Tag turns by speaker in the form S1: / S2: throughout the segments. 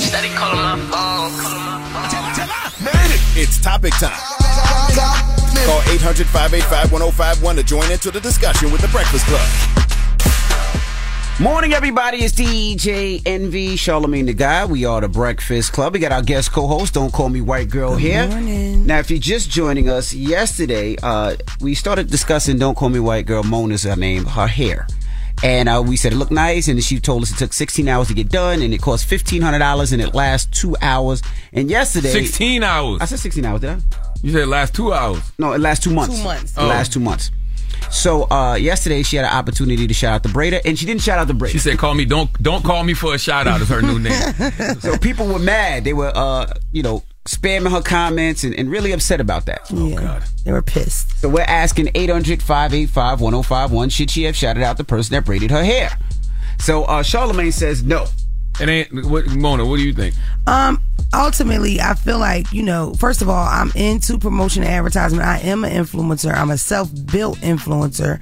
S1: Steady calling my phone.
S2: It's topic time. Call 800 585 1051 to join into the discussion with the Breakfast Club.
S3: Morning, everybody. It's DJ NV, Charlemagne the Guy. We are the Breakfast Club. We got our guest co host, Don't Call Me White Girl, here.
S4: morning.
S3: Now, if you're just joining us, yesterday uh, we started discussing Don't Call Me White Girl, Mona's her name, her hair. And uh, we said it looked nice, and she told us it took 16 hours to get done, and it cost $1,500, and it lasts two hours. And yesterday.
S5: 16 hours.
S3: I said 16 hours, did I?
S5: You said last two hours.
S3: No, it lasts two months.
S4: Two months.
S3: It lasts two months. So uh, yesterday she had an opportunity to shout out the Breda, and she didn't shout out the Breda.
S5: She said, "Call me. Don't don't call me for a shout out." Is her new name.
S3: So people were mad. They were, uh, you know, spamming her comments and, and really upset about that.
S4: Yeah. They were pissed.
S3: So we're asking 800 585 1051 should she have shouted out the person that braided her hair? So uh, Charlemagne says no.
S5: It ain't what, Mona. What do you think?
S4: Um, ultimately, I feel like you know. First of all, I'm into promotion and advertisement. I am an influencer. I'm a self-built influencer.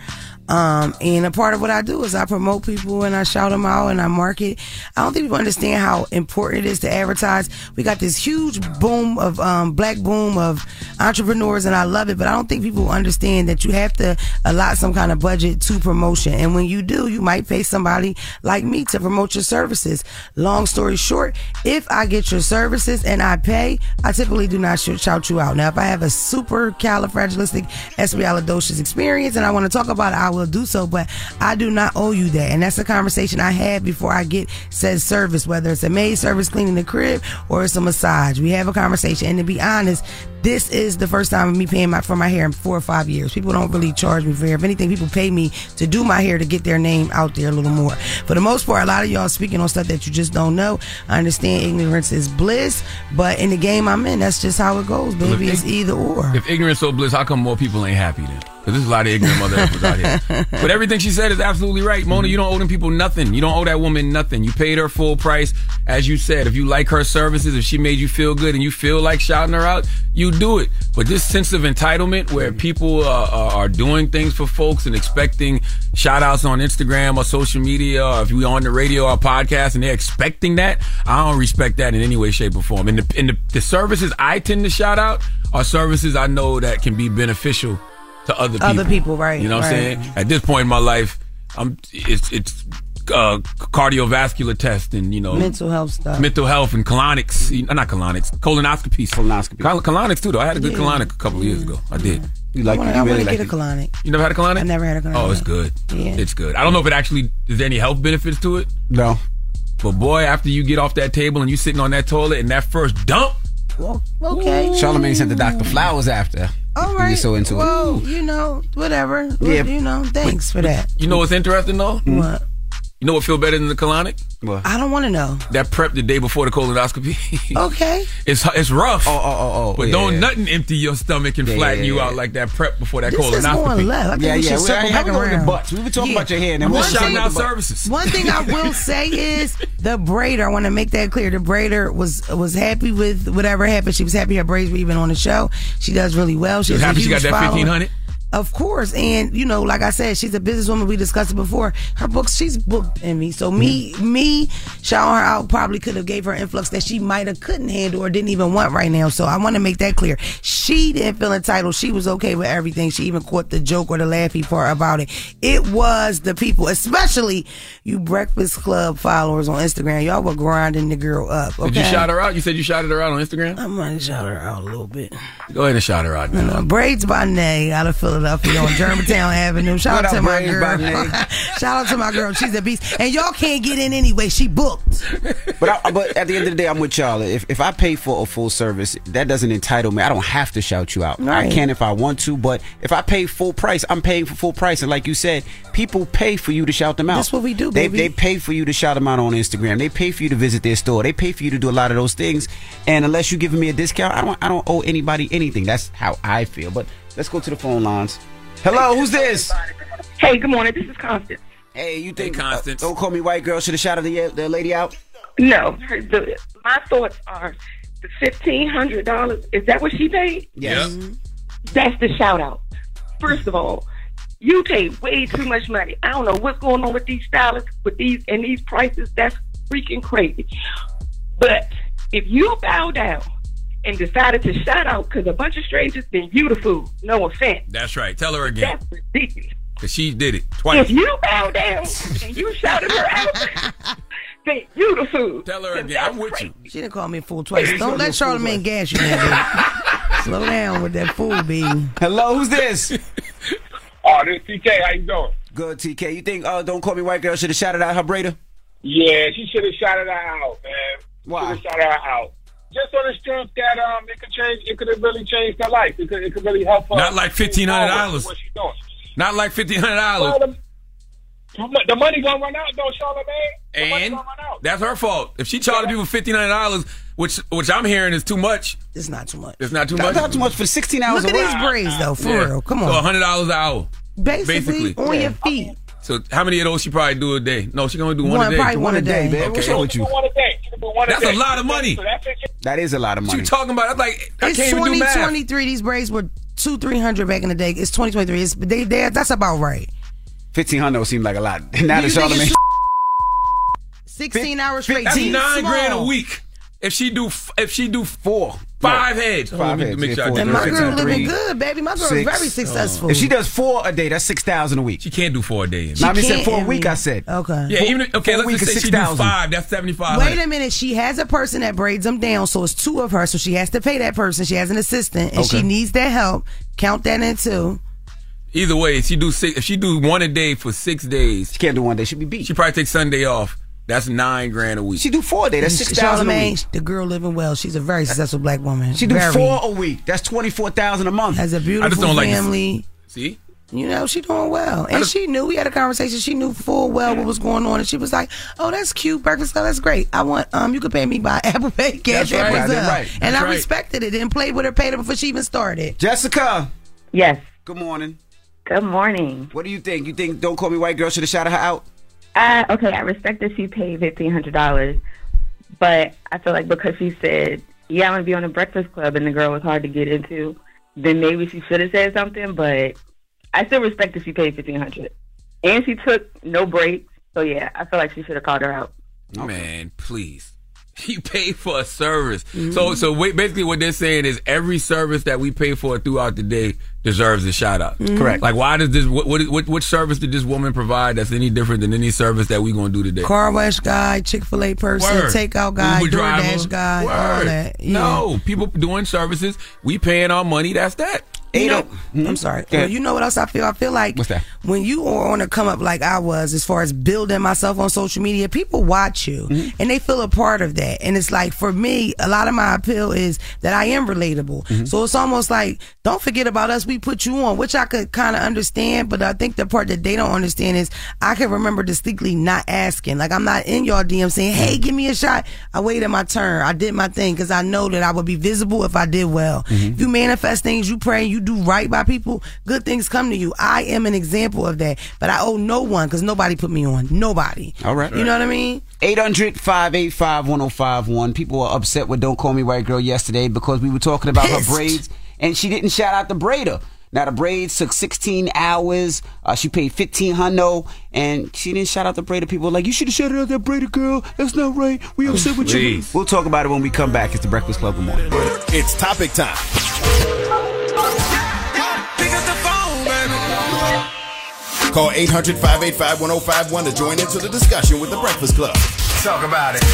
S4: Um, and a part of what I do is I promote people and I shout them out and I market. I don't think people understand how important it is to advertise. We got this huge boom of um, black boom of entrepreneurs, and I love it. But I don't think people understand that you have to allot some kind of budget to promotion. And when you do, you might pay somebody like me to promote your services. Long story short, if I get your services and I pay, I typically do not sh- shout you out. Now, if I have a super califragilistic espialidocious experience and I want to talk about it, I will do so, but I do not owe you that. And that's a conversation I had before I get said service, whether it's a maid service cleaning the crib or it's a massage. We have a conversation. And to be honest, this is the first time of me paying my, for my hair in four or five years. People don't really charge me for hair. If anything, people pay me to do my hair to get their name out there a little more. For the most part, a lot of y'all speaking on stuff that you just don't know. I understand ignorance is bliss, but in the game I'm in, that's just how it goes, baby.
S5: if
S4: it's
S5: ig-
S4: either or.
S5: If ignorance so bliss, how come more people ain't happy then? Because there's a lot of ignorant mother effers out here. But everything she said is absolutely right,
S2: Mm-hmm.
S5: Mona. You don't owe them people nothing. You don't owe that woman nothing. You paid her full price, as you said. If you like her services, if she made you feel good, and you feel like shouting her out, you you do it. But this sense of entitlement where people uh, are, are doing things for folks and expecting shout outs on Instagram or social media, or if we on the radio or podcast and they're expecting that, I don't respect that in any way, shape, or form. And, the, and the, the services I tend to shout out are services I know that can be beneficial to other people.
S4: Other people, right,
S5: You know what I'm
S4: right.
S5: saying? At this point in my life, I'm it's it's uh, cardiovascular test and you know
S4: Mental health stuff.
S5: mental health and colonics, you- not colonics, colonoscopies,
S3: Colonoscopy.
S5: Col- colonics too. Though I had a good
S4: Yeah.
S5: colonic a couple of years ago. I did.
S3: You like
S4: I want
S3: you
S4: to
S3: really
S4: get
S3: like
S4: a
S3: it.
S4: colonic.
S5: You never had a colonic?
S4: I never had a colonic.
S5: Oh, it's good.
S4: Yeah.
S5: It's good. I don't know if it actually is there any health benefits to it,
S3: No.
S5: but boy, after you get off that table and you sitting on that toilet and that first dump,
S4: Well, okay.
S3: Charlemagne sent the doctor flowers after.
S4: All
S3: He
S4: right.
S3: was so into it.
S4: well, you know, whatever.
S3: Yeah.
S4: You know, thanks for that.
S5: you know what's interesting though?
S4: What?
S5: You know what feel better than the colonic?
S4: I don't want to know.
S5: That prep the day before the colonoscopy.
S4: Okay.
S5: It's it's rough.
S3: Oh, oh, oh, oh.
S5: But
S3: yeah.
S5: don't nothing empty your stomach and
S3: Yeah,
S5: flatten
S3: yeah,
S5: you
S3: yeah.
S5: out like that prep before that
S4: This is going
S5: colonoscopy.
S4: left. I think
S3: Yeah,
S4: we should
S3: yeah. We
S4: circle
S3: ain't
S4: back
S3: gonna work the
S4: around.
S3: butts. We were talking
S4: Yeah.
S3: about your hair, and then
S4: I'm
S3: we'll
S5: Just
S4: One
S3: circle
S5: shouting
S4: thing-
S3: back.
S5: out services.
S4: One thing I will say is the braider. I want to make that clear. The braider was was happy with whatever happened. She was happy her braids were even on the show. She does really well. She
S5: You
S4: has a
S5: happy she got
S4: huge
S5: that
S4: following.
S5: 1500?
S4: Of course, and you know, like I said, she's a businesswoman. We discussed it before. Her books, she's booked in me. So me,
S5: Mm-hmm.
S4: me shouting her out probably could have gave her influx that she might have couldn't handle or didn't even want right now. So I want to make that clear. She didn't feel entitled. She was okay with everything. She even caught the joke or the laughy part about it. It was the people, especially you Breakfast Club followers on Instagram. Y'all were grinding the girl up. Okay?
S5: Did you shout her out? You said you shouted her out on Instagram?
S4: I'm gonna shout her out a little bit.
S5: Go ahead and shout her out. man.
S4: Uh, Braids by Nay out of Philadelphia on Germantown Avenue. Shout
S3: What
S4: out to
S3: up,
S4: my
S3: Braids by
S4: girl.
S3: Nay?
S4: Shout out to my girl. She's a beast. And y'all can't get in anyway. She booked.
S3: But I, but at the end of the day, I'm with y'all. If if I pay for a full service, that doesn't entitle me. I don't have to shout you out. I
S4: Right.
S3: can if I want to, but if I pay full price, I'm paying for full price. And like you said, people pay for you to shout them out.
S4: That's what we do,
S3: They
S4: baby.
S3: they pay for you to shout them out on Instagram. They pay for you to visit their store. They pay for you to do a lot of those things. And unless you're giving me a discount, I don't I don't owe anybody anything. That's how I feel. But let's go to the phone lines. Hello, who's this?
S1: Hey, good morning. This is Constance.
S3: Hey, you think uh,
S5: Constance.
S3: don't call me white girl. Should have shouted the, the lady out.
S1: No, her, the, my thoughts are the fifteen hundred dollars. Is that what she paid?
S3: Yes.
S1: That's the shout out. First of all, you pay way too much money. I don't know what's going on with these stylists with these and these prices. That's freaking crazy. But if you bow down and decided to shout out because a bunch of strangers been you the fool, no offense,
S5: That's right. Tell her again.
S1: that's ridiculous.
S5: Because she did it
S1: If
S5: twice.
S1: you bow down and you shouted her out, then you the fool.
S5: Tell her
S1: And
S5: again. I'm
S1: that's
S5: with
S1: crazy.
S5: you.
S4: She didn't call me a fool twice. Don't let Charlemagne gas you, nigga. Slow down with that fool being.
S3: Hello, who's this?
S6: Oh, this TK, how you doing?
S3: Good TK. You think uh don't call me white girl should have shouted out her braider?
S6: Yeah, she should have shouted her out, man.
S3: Why?
S6: Should have shouted her out. Just on the strength that um, it could change, it could have really changed her life. It could, it could really help her.
S5: Not like $1,500.
S6: What she doing?
S5: Not like $1,500.
S6: Well, the, the money gonna run out though, Charlamagne. The money
S5: and
S6: gonna run out.
S5: that's her fault. If she charged people $1,500, which which I'm hearing is too much,
S4: It's not too much.
S5: it's not too
S3: I
S5: much.
S3: thought too much for 16 hours
S4: Look at
S3: of work.
S4: these braids though, for
S5: Yeah.
S4: real. Come
S5: So
S4: on.
S5: $100 an hour.
S4: Basically,
S5: basically.
S4: on your feet.
S5: So how many of those she probably do a day? No, she going to do one,
S4: One,
S5: a day.
S4: probably one a day.
S3: babe.
S5: Okay.
S3: What's wrong with
S6: She
S3: you?
S6: could do one a day. She could do one a
S5: That's a
S6: day.
S5: lot of money.
S6: So that's it.
S3: That is a lot of
S5: What
S3: money.
S5: you talking about? That's like, I
S4: It's
S5: can't even do
S4: twenty
S5: math.
S4: twenty three. These braids were two three hundred back in the day. It's twenty twenty three. It's they, they that's about right.
S3: 1500 seemed like a lot. Now that
S4: You think
S3: Charlemagne.
S4: it's- Sixteen hours straight.
S5: That's
S4: Teeth
S5: nine
S4: small.
S5: grand a week. If she do, f- if she do f-
S3: Four.
S5: five heads, Hold on,
S3: Five
S5: let me
S3: heads,
S5: make
S3: yeah,
S5: sure I
S3: four
S5: get
S4: And
S3: heads.
S5: this
S4: my
S3: Six
S5: right.
S4: girl
S3: and three.
S4: living good, baby. My girl is
S3: Six.
S4: very successful.
S3: If she does four a day, that's 6,000 a week.
S5: Oh. She can't do four a day.
S3: Not me said
S4: can't
S3: for a
S4: and
S3: week,
S4: we-
S3: I said.
S4: Okay.
S5: Yeah, even if- okay.
S3: Four
S5: Let's
S3: weeks
S5: just
S3: is
S5: say she do
S3: 6,000.
S5: five. That's seventy five.
S4: Wait a minute. She has a person that braids them down, so it's two of her. So she has to pay that person. She has an assistant, and she
S3: Okay.
S4: needs that help. Count that in too.
S5: Either way, if she do six, if she do one a day for six days,
S3: She can't do one day. She'd be beat.
S5: she
S3: She,
S5: probably takes Sunday off. That's nine grand a week.
S3: do four a day. That's 6,000 a
S4: Charlamagne,
S3: week.
S4: the girl living well. She's a very successful black woman.
S3: She do
S4: Very.
S3: four a week. That's 24,000 a month.
S4: Has a
S5: I just
S4: beautiful
S5: don't like this-
S4: family.
S5: See,
S4: you know, she doing well. And she knew we had a conversation. She knew full well what was going on. And she was like, Oh, that's cute. Breakfast Club, that's great. I want um you could pay me by Apple Pay Cash
S5: That's right,
S4: App, Brazil."
S3: that's right,
S4: And
S5: that's
S4: I
S5: right.
S4: respected it and played with her, paid her before she even started.
S3: Jessica,
S7: Yes.
S3: good morning.
S7: Good morning.
S3: What do you think? You think Don't Call Me White Girl should have shouted her out?
S7: Uh, okay, I respect that she paid fifteen hundred dollars, but I feel like because she said yeah, I'm gonna be on the Breakfast Club, and the girl was hard to get into, then maybe she should have said something. But I still respect that she paid fifteen hundred, and she took no breaks. So yeah, I feel like she should have called her out.
S5: Man, please. You pay for a service.
S4: Mm-hmm.
S5: So so wait, basically what they're saying is every service that we pay for throughout the day deserves a shout out.
S4: Mm-hmm.
S3: Mhm. Correct.
S5: Like why does this what what, what what service did this woman provide that's any different than any service that we going to do today?
S4: Car wash guy, Chick Fil A person,
S5: Word.
S4: takeout guy,
S5: Uber driver.
S4: DoorDash guy, all
S5: Word.
S4: that. Yeah.
S5: No, people doing services, we paying our money, that's that.
S4: You know- I'm sorry.
S5: Mm-hmm. Go ahead.
S4: You know what else I feel? I feel like
S5: What's that?
S4: when you are on a come up like I was, as far as building myself on social media, people watch you
S5: Mm-hmm.
S4: and they feel a part of that. And it's like for me, a lot of my appeal is that I am relatable.
S5: Mm-hmm.
S8: Mhm.
S4: So it's almost like don't forget about us. We put you on, which I could kind of understand, but I think the part that they don't understand is I can remember distinctly not asking. Like I'm not in y'all DM saying, "Hey, give me a shot." I waited my turn. I did my thing because I know that I would be visible if I did well.
S3: Mm-hmm.
S8: Mhm.
S4: If you manifest things, you pray, you do right by people, good things come to you. I am an example of that, but I owe no one because nobody put me on. Nobody.
S3: All right.
S4: You know what I mean?
S3: 800 585 1051. People were upset with Don't Call Me White Girl yesterday because we were talking about her braids and she didn't shout out the braider. Now, the braids took 16 hours. Uh, she paid 15 hundo and she didn't shout out the braider. People were like, You should have shouted out that braider girl. That's not right. We upset with you.
S2: Please.
S3: We'll talk about it when we come back. It's the Breakfast Club. Good morning.
S2: It's topic time. Call 800 585 1051 to join into the discussion with the Breakfast Club. Talk about it.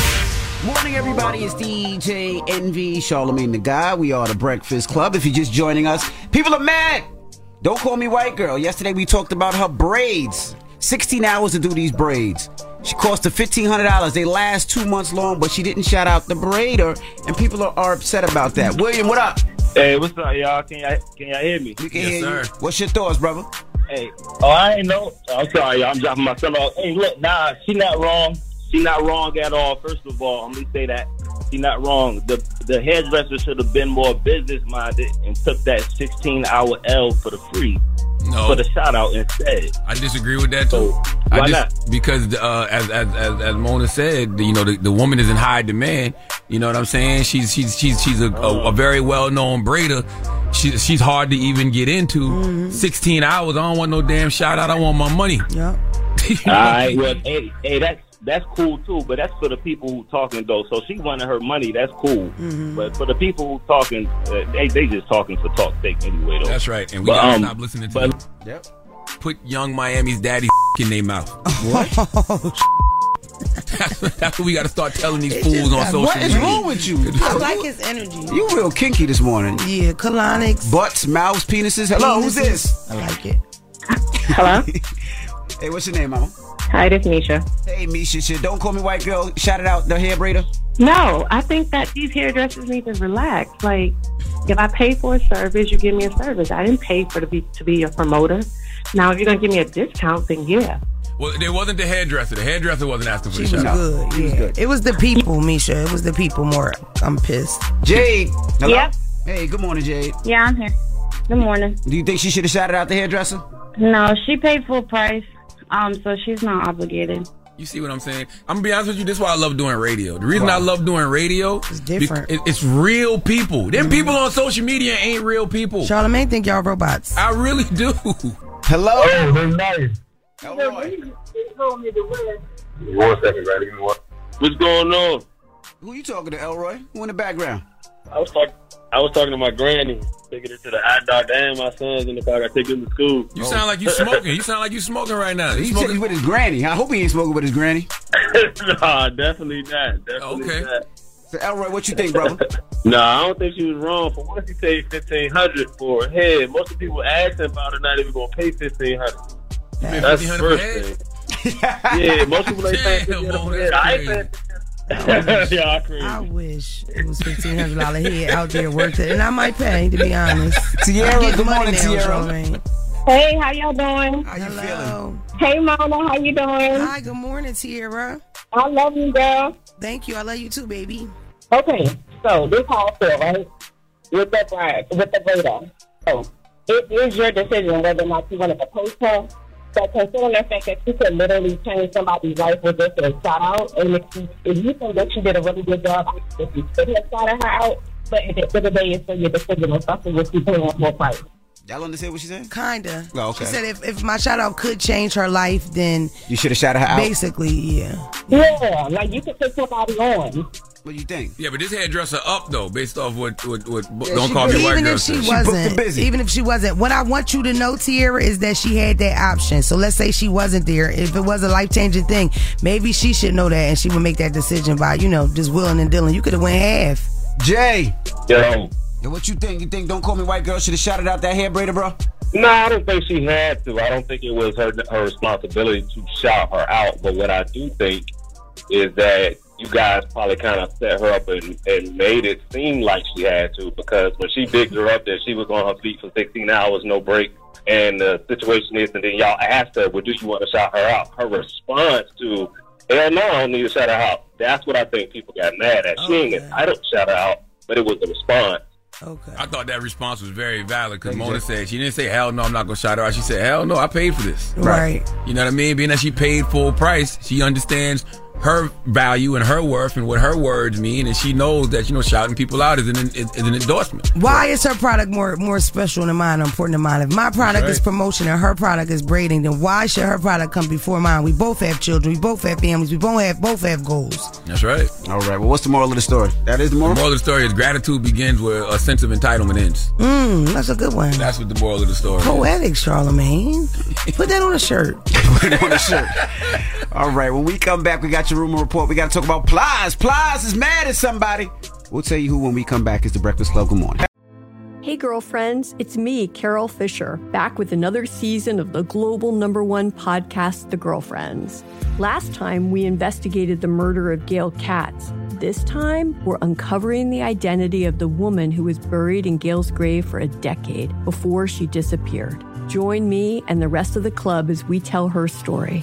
S3: Morning, everybody. It's DJ NV, Charlemagne the Guy. We are the Breakfast Club. If you're just joining us, people are mad. Don't call me white girl. Yesterday we talked about her braids. 16 hours to do these braids. She cost her $1,500. They last two months long, but she didn't shout out the braider, and people are, are upset about that. William, what up?
S6: Hey, what's up, y'all? Can y'all can y'all hear me?
S3: We can hear you. What's your thoughts, brother?
S6: Hey, oh, I ain't know. I'm sorry, y'all. I'm dropping my son off. Hey, look, nah, she not wrong. She not wrong at all. First of all, I'm gonna say that she not wrong. The the hairdresser should have been more business minded and took that 16 hour L for the free
S5: No.
S6: for the shout out instead.
S5: I disagree with that too. I
S6: why
S5: dis-
S6: not?
S5: Because uh, as, as as as Mona said, you know, the, the woman is in high demand. You know what I'm saying? She's she's she's she's a, a, a very well known braider. She, she's hard to even get into.
S4: Mm-hmm.
S5: 16 hours. I don't want no damn shout out. I want my money.
S4: Yeah.
S6: All right, well,
S5: Mm-hmm.
S6: hey, hey, that's that's cool too, but that's for the people who talking though. So she wanted her money. That's cool, Mm-hmm.
S4: Mm-hmm.
S6: but for the people who talking, uh, they they just talking for talk sake anyway. Though
S5: That's right. And we
S6: But,
S5: gotta
S6: um,
S5: stop listening to.
S6: but-
S5: them. Put young Miami's daddy in their mouth.
S3: What?
S5: that's, that's what we gotta start telling these
S4: just
S5: fools on
S4: got-
S5: social
S3: What is
S5: media.
S3: wrong with you?
S4: I like his energy.
S3: You real kinky this morning.
S4: Yeah, colonics.
S3: Butts, mouths, penises. Hello, who's
S4: Penises.
S3: this?
S4: I like it.
S7: Hello.
S3: Hey, what's your name, mama?
S7: Hi, this is Misha.
S3: Hey, Misha, shit. Don't call me white girl. Shout it out, the hair braider.
S9: No, I think that these hairdressers need to relax. Like, if I pay for a service, you give me a service. I didn't pay for to be to be a promoter. Now, if you're gonna give me a discount, then yeah.
S5: Well, it wasn't the hairdresser. The hairdresser wasn't asking for
S4: She
S5: the
S4: was
S5: shout out.
S4: good. Yeah. It was the people, Misha. It was the people more. I'm pissed.
S3: Jade. Hello?
S4: Yep.
S3: Hey, good morning, Jade.
S7: Yeah, I'm here. Good morning.
S3: Do you think she should have shouted out the hairdresser?
S7: No, she paid full price, um, so she's not obligated.
S5: You see what I'm saying? I'm gonna be honest with you. This is why I love doing radio. The reason I love doing radio is different. it's real people. Them people on social media ain't real people.
S4: Charlemagne think y'all robots.
S5: I really do.
S3: Hello.
S6: One second, right? Give me one. What's going on?
S3: Who you talking to, Elroy? Who in the background?
S6: I was talking. I was talking to my granny, taking it to the eye doctor, and my sons in the car. I take them to school.
S5: You sound like you smoking. You sound like you smoking right now. You
S3: He said
S5: smoking?
S3: he's with his granny. I hope he ain't smoking with his granny.
S6: nah, definitely not. Definitely
S5: Okay.
S6: not.
S3: So, Elroy, what you think, brother?
S6: Nah, I don't think she was wrong. For what she paid fifteen hundred for a head, most of the people asking about it not even gonna pay fifteen hundred.
S5: paid
S6: That's
S5: $1,500
S6: first
S5: for a
S6: thing. yeah, most people ain't paying fifteen hundred for a head. I ain't paying. Y'all crazy.
S4: I wish it was fifteen hundred dollar head out there worth it, and I might pay to be honest.
S3: Tierra,
S4: I get
S3: good
S4: money
S3: morning,
S4: now,
S3: Tierra.
S4: Charlamagne.
S9: Hey, how y'all doing?
S3: How you
S4: Hello.
S9: Hey, Mona, how you doing?
S4: Hi, good morning, Tierra.
S9: I love you, girl.
S4: Thank you. I love you too, baby.
S9: Okay, so this how I feel, right?
S7: With the bride, with the radar. So it is your decision whether or not you want to propose her
S8: But considering the fact that you could literally change somebody's life with just a shout out, and if you, if you think that you did a really good job, if you could have shouted her out, but at the end of the day, it's still your decision, and something you're paying more price.
S3: Y'all understand what she said?
S4: Kinda.
S3: Oh, okay.
S4: She said if, if my shout out could change her life, then
S3: You should have shouted her out.
S4: basically, yeah.
S8: Yeah, like you could put somebody on.
S3: What do you think?
S5: Yeah, but this hairdresser up though, based off what what, what
S4: Yeah,
S5: don't
S4: she
S5: call
S4: booked-
S5: me white
S4: even
S5: girl.
S4: if she
S5: said.
S4: wasn't even if she wasn't what i want you to know tiara is that she had that option so let's say she wasn't there if it was a life-changing thing maybe she should know that and she would make that decision by you know just willing and dealing you could have went half
S3: jay
S6: Yo.
S3: Yo, what you think? You think Don't Call Me White Girl should have shouted out that hair braider, bro?
S6: No, I don't think she had to. I don't think it was her her responsibility to shout her out. But what I do think is that you guys probably kind of set her up and, and made it seem like she had to because when she bigged her up that she was on her feet for 16 hours, no break, and the situation is, and then y'all asked her, well, do you want to shout her out? Her response to, hell no, I don't need to shout her out. That's what I think people got mad at. She ain't entitled to shout her out, but it was the response.
S5: I thought that response was very valid because Mona said she didn't say hell no, I'm not gonna shout her out. She said hell no, I paid for this.
S4: Right.
S5: You know what I mean? Being that she paid full price, she understands her value and her worth and what her words mean, and she knows that you know shouting people out is an is, is an endorsement.
S4: why is her product more more special than mine, important than mine? If my product
S5: Right.
S4: is promotion and her product is braiding, then why should her product come before mine? We both have children, we both have families, we both have both have goals.
S5: That's right.
S3: All right. Well, what's the moral of the story? That is the moral.
S5: The moral of the story is gratitude begins where a sense of entitlement ends.
S4: Mm, that's a good one.
S5: That's what the moral of the story. is.
S4: Poetic, Charlemagne. Put that on a shirt.
S3: Put it on the shirt. All right. When we come back, we got your rumor report. We got to talk about Plies. Plies is mad at somebody. We'll tell you who when we come back. It's the Breakfast Club. Good morning.
S10: Hey, girlfriends, it's me, Carol Fisher, back with another season of the global number one podcast, The Girlfriends. Last time, we investigated the murder of Gail Katz. This time, we're uncovering the identity of the woman who was buried in Gail's grave for a decade before she disappeared. Join me and the rest of the club as we tell her story.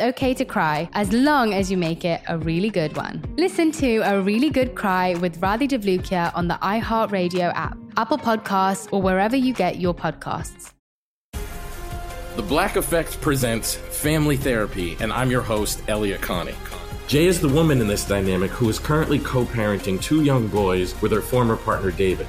S11: okay to cry as long as you make it a really good one. Listen to A Really Good Cry with Radhi Devlukia on the iHeartRadio app, Apple Podcasts, or wherever you get your podcasts.
S12: The Black Effect presents Family Therapy, and I'm your host, Elliot Connie. Jay is the woman in this dynamic who is currently co parenting two young boys with her former partner, David.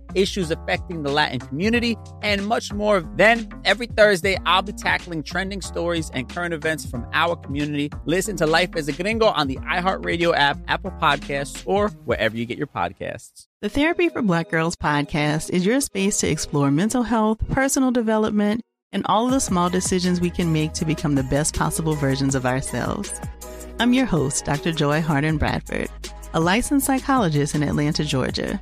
S13: issues affecting the Latin community, and much more. Then, every Thursday, I'll be tackling trending stories and current events from our community. Listen to Life as a Gringo on the iHeartRadio app, Apple Podcasts, or wherever you get your podcasts.
S14: The Therapy for Black Girls podcast is your space to explore mental health, personal development, and all of the small decisions we can make to become the best possible versions of ourselves. I'm your host, Dr. Joy Harden Bradford, a licensed psychologist in Atlanta, Georgia,